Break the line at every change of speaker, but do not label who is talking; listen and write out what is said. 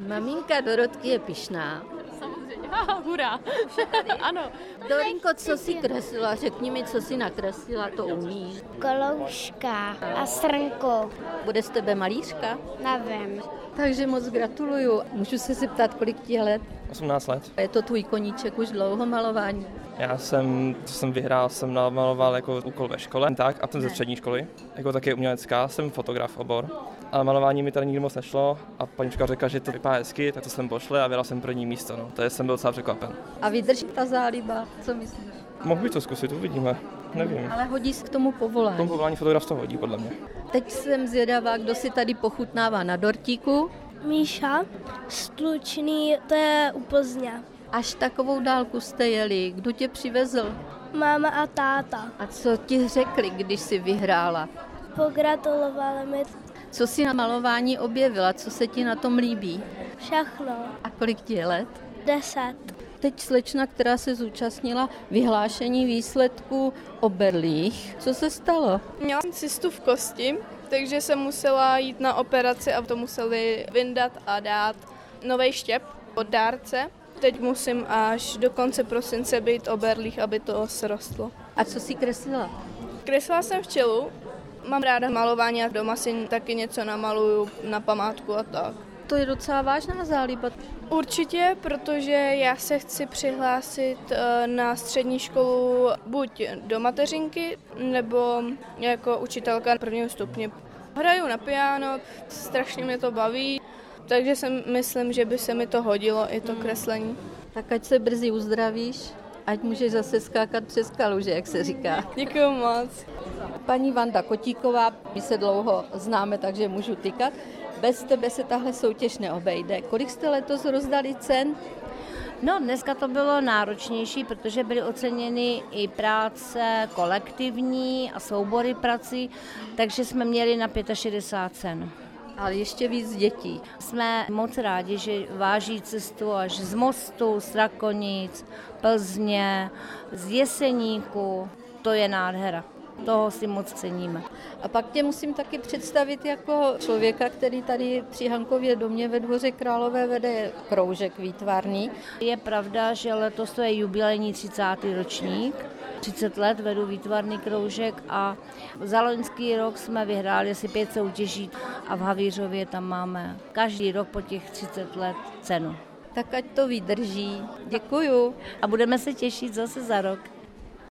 Maminka Dorotky je pišná.
Samozřejmě. Hurá. ano.
Dorinko, co si kreslila? Řekni mi, co si nakreslila, to umíš.
Kolouška a srnku.
Bude z tebe malířka?
Nevím.
Takže moc gratuluju. Můžu se zeptat, kolik ti je let?
18 let.
Je to tvůj koníček už dlouho malování.
Já jsem, co jsem vyhrál, jsem namaloval jako úkol ve škole, tak, a jsem ze střední školy, jako taky umělecká, jsem fotograf obor. A malování mi tady nikdy moc nešlo a paníčka řekla, že to vypadá hezky, tak to jsem pošle a vyhrál jsem první místo, no. To je, jsem byl docela překvapen.
A vydrží ta záliba, co myslíš?
Mohl bych to zkusit, uvidíme, nevím.
Ale hodí se k tomu
V
povolání.
tom povolání fotograf to hodí, podle mě.
Teď jsem zvědavá, kdo si tady pochutnává na dortíku.
Míša, Slučný, to je u Plzně.
Až takovou dálku jste jeli, kdo tě přivezl?
Máma a táta
A co ti řekli, když jsi vyhrála?
pogratulovali mi
Co jsi na malování objevila, co se ti na tom líbí?
všechno.
A kolik ti je let?
Deset.
Teď slečna, která se zúčastnila vyhlášení výsledků o Berlích. Co se stalo?
Měla jsem cystu v kosti, takže jsem musela jít na operaci a to museli vyndat a dát nový štěp od dárce. Teď musím až do konce prosince být o berlích, aby to srostlo.
A co jsi kreslila?
Kreslila jsem včelu, mám ráda malování a doma si taky něco namaluju na památku a tak.
To je docela vážná záliba.
Určitě, protože já se chci přihlásit eh, na střední školu buď do mateřinky, nebo jako učitelka prvního stupně. Hraju na piano, strašně mě to baví, takže si myslím, že by se mi to hodilo, i to kreslení.
Tak ať se brzy uzdravíš, ať můžeš zase skákat přes kaluže, jak se říká.
Děkuji moc.
Paní Vanda Kotíková, my se dlouho známe, takže můžu tykat. Bez tebe se tahle soutěž neobejde. Kolik jste letos rozdali cen?
No, dneska to bylo náročnější, protože byly oceněny i práce kolektivní a soubory prací, takže jsme měli na 65 cen.
Ale ještě víc dětí.
Jsme moc rádi, že váží cestu až z Mostu, z Rakonic, Plzně, z Jeseníku. To je nádhera. Toho si moc ceníme.
A pak tě musím taky představit jako člověka, který tady při Hankově domě ve Dvoře Králové vede kroužek výtvarný.
Je pravda, že letos to je jubilejní 30. ročník. 30 let vedu výtvarný kroužek a za loňský rok jsme vyhráli asi pět soutěží a v Havířově tam máme každý rok po těch 30 let cenu.
Tak ať to vydrží. Děkuju.
A budeme se těšit zase za rok.